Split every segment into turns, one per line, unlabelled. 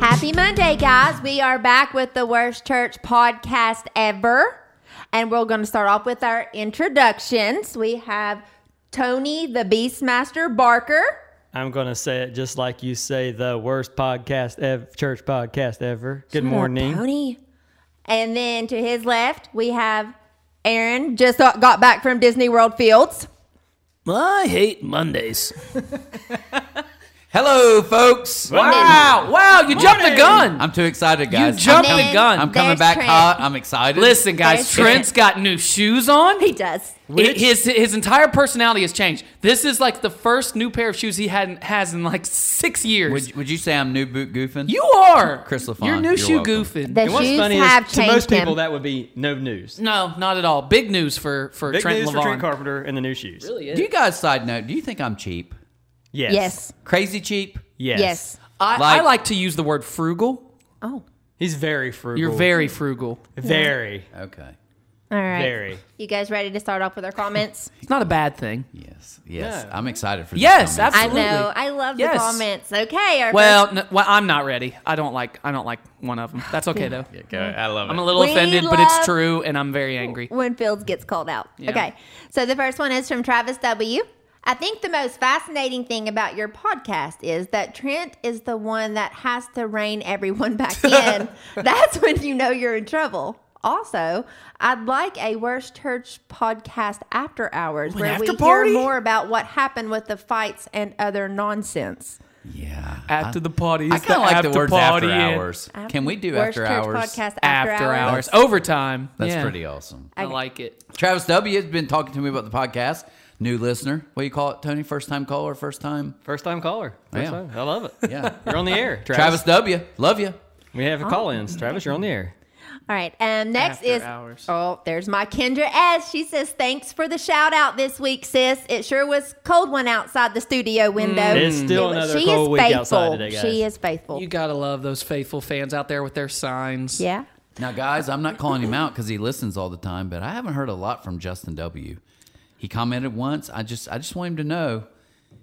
Happy Monday, guys. We are back with the Worst Church podcast ever. And we're going to start off with our introductions. We have Tony the Beastmaster Barker.
I'm gonna say it just like you say the worst podcast ev- church podcast ever. Good morning.
Tony. And then to his left, we have Aaron, just got got back from Disney World Fields.
I hate Mondays.
Hello, folks.
Wow! Wow! You jumped the gun.
I'm too excited, guys.
jumped
I'm,
the
coming-
gun.
I'm coming
There's
back
Trent.
hot. I'm excited.
Listen, guys,
There's
Trent's got new shoes on.
He does.
It- his his entire personality has changed. This is like the first new pair of shoes he hadn't has in like six years.
Would, would you say I'm new boot goofing?
you are
Chris LaFont,
Your new
you're
shoe
welcome.
goofing.
The
And what's
shoes
funny
have
is to
changed
most people
him.
that would be no news.
no, not at all. Big news for for
Big
Trent
news
Levon.
for Trent Carpenter and the new shoes.
Really is.
Do you guys side note? Do you think I'm cheap?
Yes.
yes.
Crazy cheap?
Yes.
yes.
I, I
Like-
like to use the word frugal.
Oh,
He's very frugal.
You're very frugal.
very,
Okay.
all right.
very.
You guys ready to start off with our comments?
It's not a bad thing.
Yes. Yes.
No.
I'm excited for. these
Yes,
comments.
I
absolutely.
know. I love
Yes.
the comments. Okay. Our
Well, no, well, I'm not ready. I don't like. I don't like one of them. That's okay though.
Okay, I love it.
I'm a little
We
offended, but it's
love-
true, and I'm very angry.
when Fields gets called out.
Yeah.
Okay. So the first one is from Travis W. I think the most fascinating thing about your podcast is that Trent is the one that has to rein everyone back in. That's when you know you're in trouble. Also, I'd like a worst church podcast after hours where we
after party?
hear more about what happened with the fights and other nonsense.
yeah.
After the party,
I
it's
kind of like the
after
words
party
after
and-
hours. Can we do
worst
after
church
hours?
podcast after,
After,
hours?
hours, overtime.
That's
Yeah.
pretty awesome.
I like it.
Travis W has been talking to me about the podcast. New listener. What do you call it, Tony? First time caller. First time.
First time caller. First
Yeah.
time. I love it.
Yeah.
You're on the air, Travis.
Travis W. Love you.
We have call-ins.
Oh.
Travis, you're on the air.
All right. And next
After
is
hours.
oh, there's my Kendra S. She says thanks for the shout out this week, sis. It sure was cold one outside the studio window.
Mm.
It's still
It was-
another cold week outside today, guys.
She is faithful.
You gotta love those faithful fans out there with their signs.
yeah.
Now, guys, I'm not calling him out because he listens all the time, but I haven't heard a lot from Justin W. He commented once. I just, I just want him to know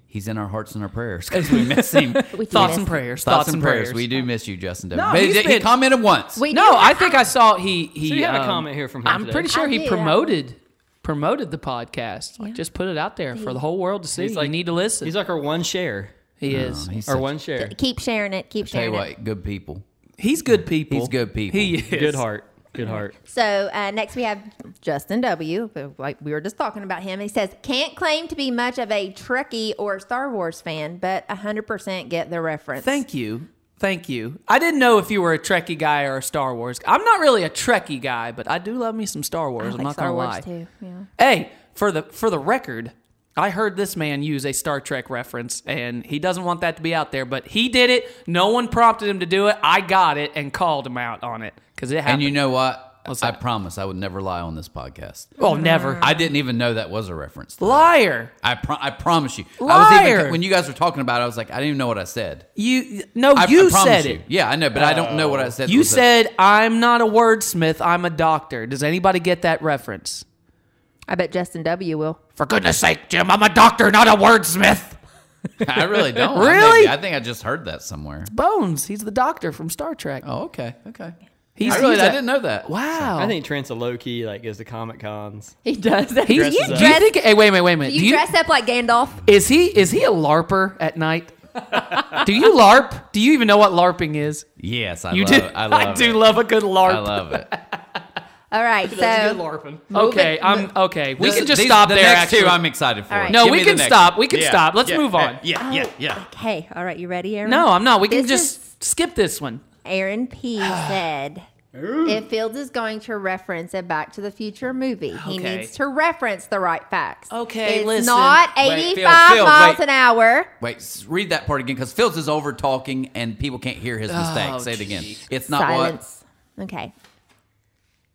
he's in our hearts and our prayers because we miss him. thoughts,
We do
Thoughts
miss-
and prayers. Thoughts, and prayers.
We do miss you, Justin W.
No,
but he,
he's
did- he
been-
commented once.
We
No,
do-
I think I saw he he.
So you have a
um,
comment here from him
I'm
today.
pretty sure
I
he
did, I-
promoted promoted the podcast. Like just put it out there for the whole world to see.
He's like-
you need to listen.
He's like our one share.
he
No,
is.
he's
Our
such-
one share.
Keep sharing it. Keep
Tell you
sharing it.
what, good people.
He's good people.
He's good people.
He is
Good heart. Good heart.
So uh, next we have Justin W. Like we were just talking about him. He says can't claim to be much of a Trekkie or Star Wars fan, but 100% get the reference.
Thank you. Thank you. I didn't know if you were a Trekkie guy or a Star Wars. guy. I'm not really a Trekkie guy, but I do love me some Star Wars.
I
I'm
like
not
Star
gonna
Wars
lie.
too. Yeah.
Hey, for the for the record, I heard this man use a Star Trek reference, and he doesn't want that to be out there, but he did it. No one prompted him to do it. I got it and called him out on it because it
And
happened.
you know what?
What's
I
that?
promise I would never lie on this podcast.
well, never.
I didn't even know that was a reference.
Liar.
I pro- I promise you. I was
Liar.
even when you guys were talking about it, I was like, I didn't even know what I said.
You no,
I,
Oh, you
I promise
said
you.
it.
Yeah, I know, but I don't know what I said.
You
was a-
said I'm not a wordsmith. I'm a doctor. Does anybody get that reference?
I bet Justin W. will.
For goodness sake, Jim, I'm a doctor, not a wordsmith.
I really don't.
Really?
I, maybe- I think I just heard that somewhere.
Bones, he's the doctor from Star Trek.
Oh, okay, okay.
He's,
I really
he's
I
a-
didn't know that.
Wow.
I think Trent's a low key, like, is the Comic Cons.
He does. That.
he's,
dresses
you,
up.
do you think? Hey, wait a minute, wait a minute.
You,
do you,
dress up like Gandalf.
Is he is he a larper at night? do you larp? Do you even know what larping is?
Yes, I
You
love
do.
it. I love
do
it.
love a good larp.
I love it.
All right. So
larping. Okay, I'm okay. We
This-
can just
these-
stop
the
there.
Next
Actually,
two, I'm excited for.
All right.
no,
Give
we
me the
can
next
stop.
one.
We can
Yeah,
stop. Let's
yeah,
move on.
Yeah, yeah, yeah.
okay. All right. You ready, Aaron?
No, I'm not. We can
This
just skip this one.
Aaron P said. If Fields is going to reference a Back to the Future movie, he
Okay.
needs to reference the right facts.
Okay,
it's
listen.
not
Wait, Fields,
85
Fields,
miles
wait.
an hour.
Wait, s- read that part again because Phil's is over talking and people can't hear his mistake.
Oh,
Say it again.
geez.
It's not
Silence. Okay,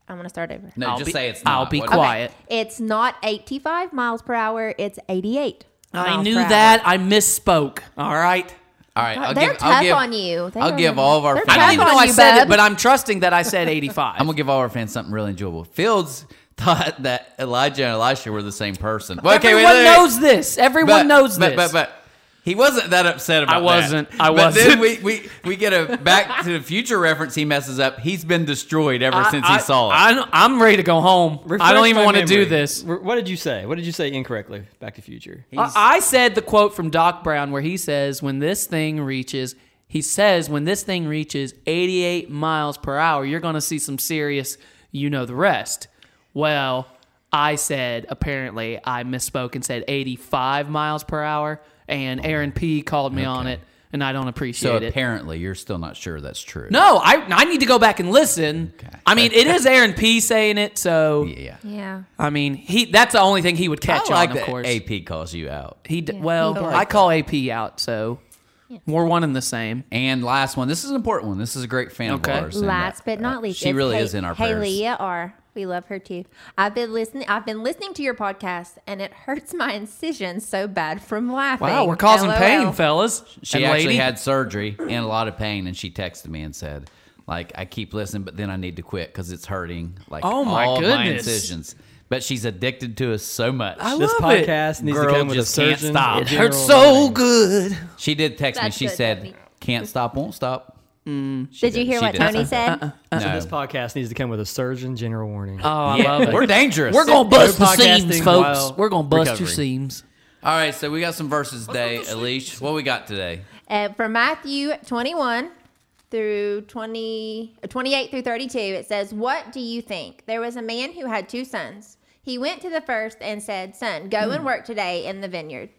I'm gonna start over.
what. No,
I'll
just
be-
say it's not.
I'll be
What-
quiet. Wyatt.
It's not 85 miles per hour. It's 88.
I
miles
knew
per hour.
that. I misspoke. All right.
All right, I'll
They're
give,
tough
I'll give,
on you. They
I'll
are-
give all of our.
they're
fans-
I
Tough
don't even know
on
I
you,
said
bub.
it, but I'm trusting that I said 85.
I'm gonna give all our fans something really enjoyable. Fields thought that Elijah and Elisha were the same person. Well,
Everyone knows this. Everyone knows
but, But
this.
but He wasn't that upset about
I wasn't.
that.
I
But then
wasn't.
we, we, we get a Back to the Future reference he messes up. He's been destroyed ever since he saw it.
I, am ready to go home. I don't
Refresh
even
my
want to do
memory.
this.
R- What did you say? What did you say incorrectly? Back to Future.
I, I said the quote from Doc Brown where he says, "When this thing reaches." He says, when this thing reaches 88 miles per hour, you're going to see some serious, you know, the rest. Well, I said, apparently, I misspoke and said 85 miles per hour, and Aaron P. called me on it, and I don't
so
appreciate it.
apparently, you're still not sure that's true.
No, I I need to go back and listen. I mean, it is Aaron P saying it, so
Yeah.
Yeah.
I mean, he that's the only thing he would
I
catch
like
on, of
that
course.
AP calls you out.
He d- well,
I
I,
like
call AP out, so we're one and the same.
And last one. This is an important one. This is a great fan
Okay.
of ours. and, uh,
Last but not least,
she
it's
really
Hay-
is in our
Hey,
prayers.
Leah R. We love her too. I've been listening. I've been listening to your podcast, and it hurts my incision so bad from laughing.
Wow, we're causing
LOL.
pain, fellas.
She
and
actually
lady.
had surgery and a lot of pain, and she texted me and said, "Like I keep listening, but then I need to quit because it's hurting. Like
Oh, my
all my
goodness.
incisions." But she's addicted to us so much.
This
love it.
podcast needs
Girl
to come with a
just can't
surgeon.
stop.
a
It
hurts
general-
so good.
she did text me.
That's
She
good,
said,
Tony.
"Can't stop, won't stop."
Mm.
She
Did you hear
She Uh-uh.
what Tony said?
No.
This podcast needs to come with a surgeon general warning.
Oh, I
Yeah,
love it.
We're dangerous.
We're gonna bust the seams,
podcasting
folks.
while
We're gonna bust your
recovering.
seams.
All right, so we got some verses today, Alish. What we got today?
Uh, from Matthew 21 through 20, uh, 28 through 32, it says, What do you think? There was a man who had two sons. He went to the first and said, Son, go
Hmm.
and work today in the vineyard.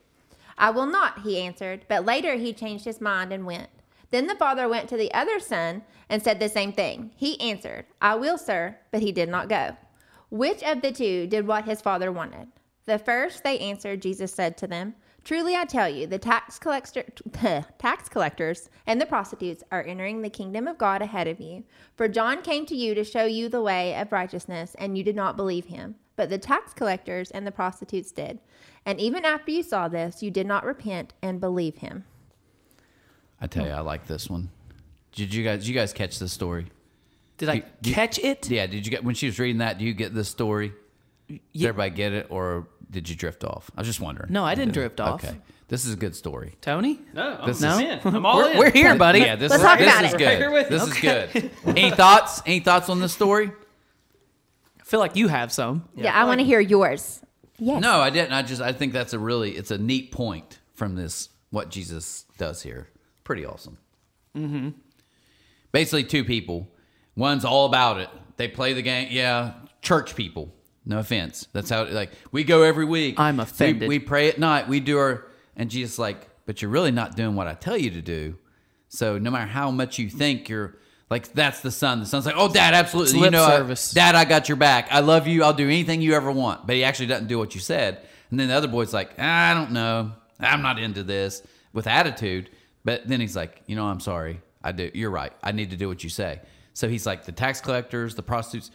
I will not, he answered. But later he changed his mind and went. Then the father went to the other son and said the same thing. He answered, I will, sir. But he did not go. Which of the two did what his father wanted? The first they answered, Jesus said to them, Truly I tell you, the tax collector, tax collectors and the prostitutes are entering the kingdom of God ahead of you. For John came to you to show you the way of righteousness, and you did not believe him. But the tax collectors and the prostitutes did. And even after you saw this, you did not repent and believe him.
I tell you, I like this one. Did you guys? Did you guys catch this story?
Did I catch it?
Yeah. Did you get when she was reading that? Do you get this story? Did everybody get it, or did you drift off? I was just wondering.
No, I didn't drift off.
Okay, this is a good story.
Tony?
no, I'm,
This
I'm
is-
in. I'm all
We're,
in.
we're here, buddy.
Yeah, this
Let's
is,
talk
this
about
is
it.
Right here
good.
with
This
you.
is good. Any thoughts? Any thoughts on this story?
I feel like you have some.
Yeah, I want to hear yours. Yes.
No, I didn't. I just I think that's a really it's a neat point from this what Jesus does here. Pretty awesome. Mm-hmm. Basically, two people. One's all about it. They play the game. Yeah, church people. No offense. That's how like we go every week.
I'm
We-
offended.
We, pray at night. We do our and Jesus like, but you're really not doing what I tell you to do. So no matter how much you think you're like that's the son. The son's like, oh, dad, absolutely. you
lip
know, I-
service.
Dad, I got your back. I love you. I'll do anything you ever want. But he actually doesn't do what you said. And then the other boy's like, I don't know. I'm not into this with attitude. But then he's like, you know, I'm sorry. I do. You're right. I need to do what you say. So he's like, the tax collectors, the prostitutes,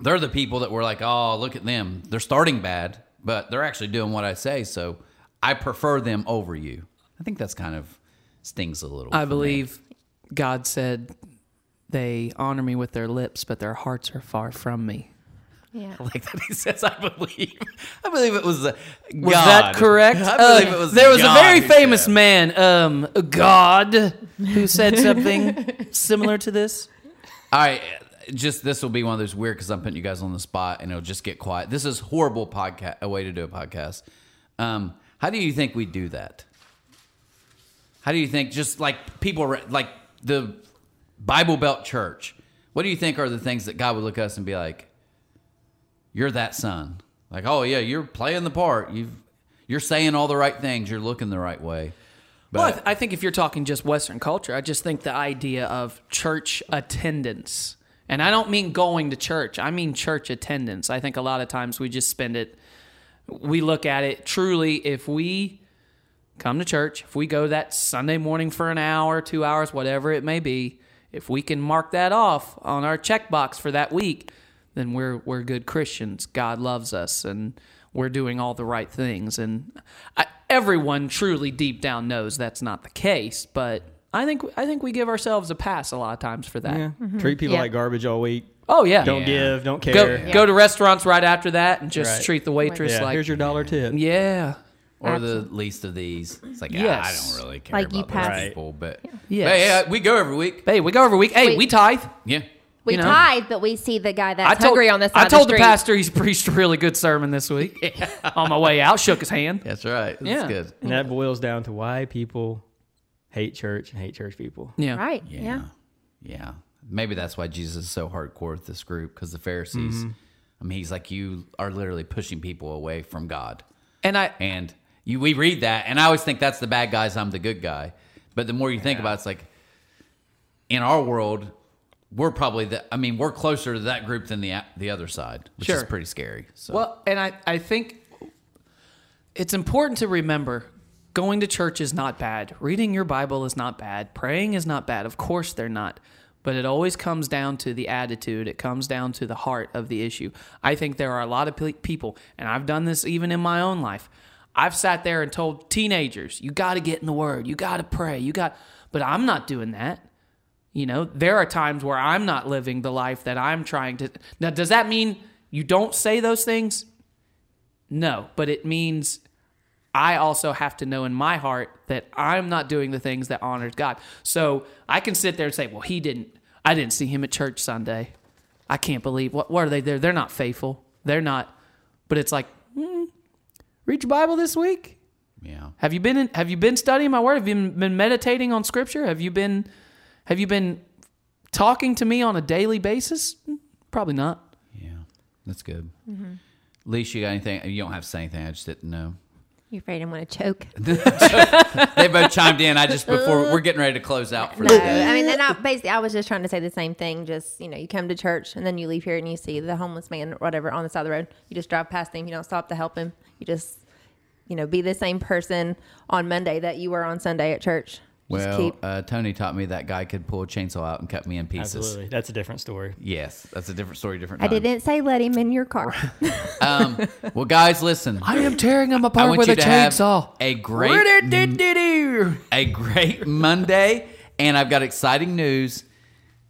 they're the people that were like, oh, look at them. They're starting bad, but they're actually doing what I say. So I prefer them over you. I think that's kind of stings a little.
I
for me.
believe God said, They honor me with their lips, but their hearts are far from me.
Yeah.
like that he says i believe i believe it was uh, god.
Was that correct?
i believe
Uh,
it was
there was
God
a very
who
famous
said-
man, um, God, who said something similar to this.
all right uh, just this will be one of those weird because i'm putting you guys on the spot and it'll just get quiet this is horrible podcast a way to do a podcast um how do you think we do that how do you think just like people are- like the bible belt church what do you think are the things that god would look at us and be like you're that son like oh yeah you're playing the part you've you're saying all the right things you're looking the right way but
well, I, th- I think if you're talking just Western culture, I just think the idea of church attendance, and I don't mean going to church, I mean church attendance. I think a lot of times we just spend it, we look at it truly, if we come to church, if we go that Sunday morning for an hour, two hours, whatever it may be, if we can mark that off on our checkbox for that week, then we're we're good Christians. God loves us, and we're doing all the right things. And I, everyone truly deep down knows that's not the case. But I think I think we give ourselves a pass a lot of times for that.
Mm-hmm. Yeah. Treat people
Yeah.
like garbage all week.
Oh yeah,
Don't
Yeah.
give. Don't care.
go go to restaurants right after that and just
Right.
treat the waitress
Yeah,
like
here's your dollar tip.
yeah.
or the least of these. It's like
Yes.
ah, I don't really care
Like you
about those
pass-
people, but
Yes.
But, yeah, we go every week.
Hey, we go every week. Hey,
Wait.
we tithe.
Yeah,
We
you know.
tithe, but we see the guy that's
I told,
hungry on the side
I told
of the, street.
pastor he's preached a really good sermon this week. On my way out, shook his hand.
that's right. That's
Yeah.
good.
And that boils down to why people hate church and hate church people.
Yeah.
Right. Yeah.
Yeah. Yeah. Maybe that's why Jesus is so hardcore with this group because the Pharisees, I mean, he's like, you are literally pushing people away from God.
And I
And you, we read that, and I always think that's the bad guys, I'm the good guy. But the more you think about it, it's like, in our world, we're probably the, I mean, we're closer to that group than the, the other side, which is
Sure.
pretty scary. So,
Well, and I, I think it's important to remember going to church is not bad. Reading your Bible is not bad. Praying is not bad. Of course, they're not. But it always comes down to the attitude, it comes down to the heart of the issue. I think there are a lot of pe- people, and I've done this even in my own life. I've sat there and told teenagers, you got to get in the word, you got to pray, you got, but I'm not doing that. You know, there are times where I'm not living the life that I'm trying to. Now, does that mean you don't say those things? No, but it means I also have to know in my heart that I'm not doing the things that honors God. So I can sit there and say, "Well, he didn't. I didn't see him at church Sunday. I can't believe what. What are they? They're they're not faithful. They're not." But it's like, hmm, read your Bible this week.
yeah.
Have you been in, have you been studying my word? Have you been meditating on scripture? Have you been have you been talking to me on a daily basis? Probably not.
Yeah. That's good.
Mm-hmm.
Leash, you got anything? You don't have to say anything. I just didn't know.
You're afraid I'm going to choke.
They both chimed in. I just, before we're getting ready to close out for
No,
the day.
I mean, then I basically I was just trying to say the same thing. Just you know, you come to church and then you leave here and you see the homeless man or whatever on the side of the road. You just drive past him. You don't stop to help him. You just you know be the same person on Monday that you were on Sunday at church. Just
Well,
keep
uh, Tony taught me that guy could pull a chainsaw out and cut me in pieces.
Absolutely. That's a different story.
Yes, that's a different story, different.
I
Time.
didn't say let him in your car.
Um, well, guys, listen.
I am tearing him
I
apart
want
with
you
a
to have
chainsaw.
a great, a great Monday, and I've got exciting news.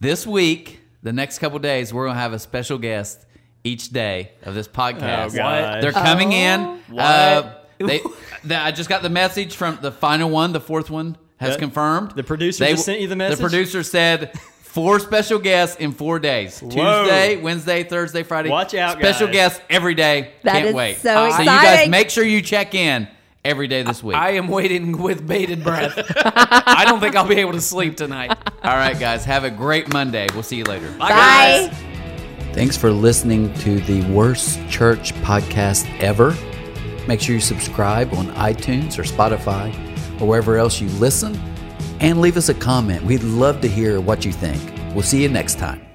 This week, the next couple days, we're gonna have a special guest each day of this podcast.
Oh, gosh.
They're coming in.
What?
Uh, they, the- I just got the message from the final one. The fourth one has
The-
confirmed.
the producer just sent you the message?
The producer said. Four special guests in four days:
Whoa.
Tuesday, Wednesday, Thursday, Friday.
Watch out,
Special
guys.
guests every day.
That
Can't
is
wait.
so
So you guys
exciting.
make sure you check in every day this week.
I am waiting with bated breath. I don't think I'll be able to sleep tonight.
All right, guys. Have a great Monday. We'll see you later.
Bye.
Bye. guys.
Thanks for listening to the Worst Church podcast ever. Make sure you subscribe on iTunes or Spotify or wherever else you listen and leave us a comment. We'd love to hear what you think. We'll see you next time.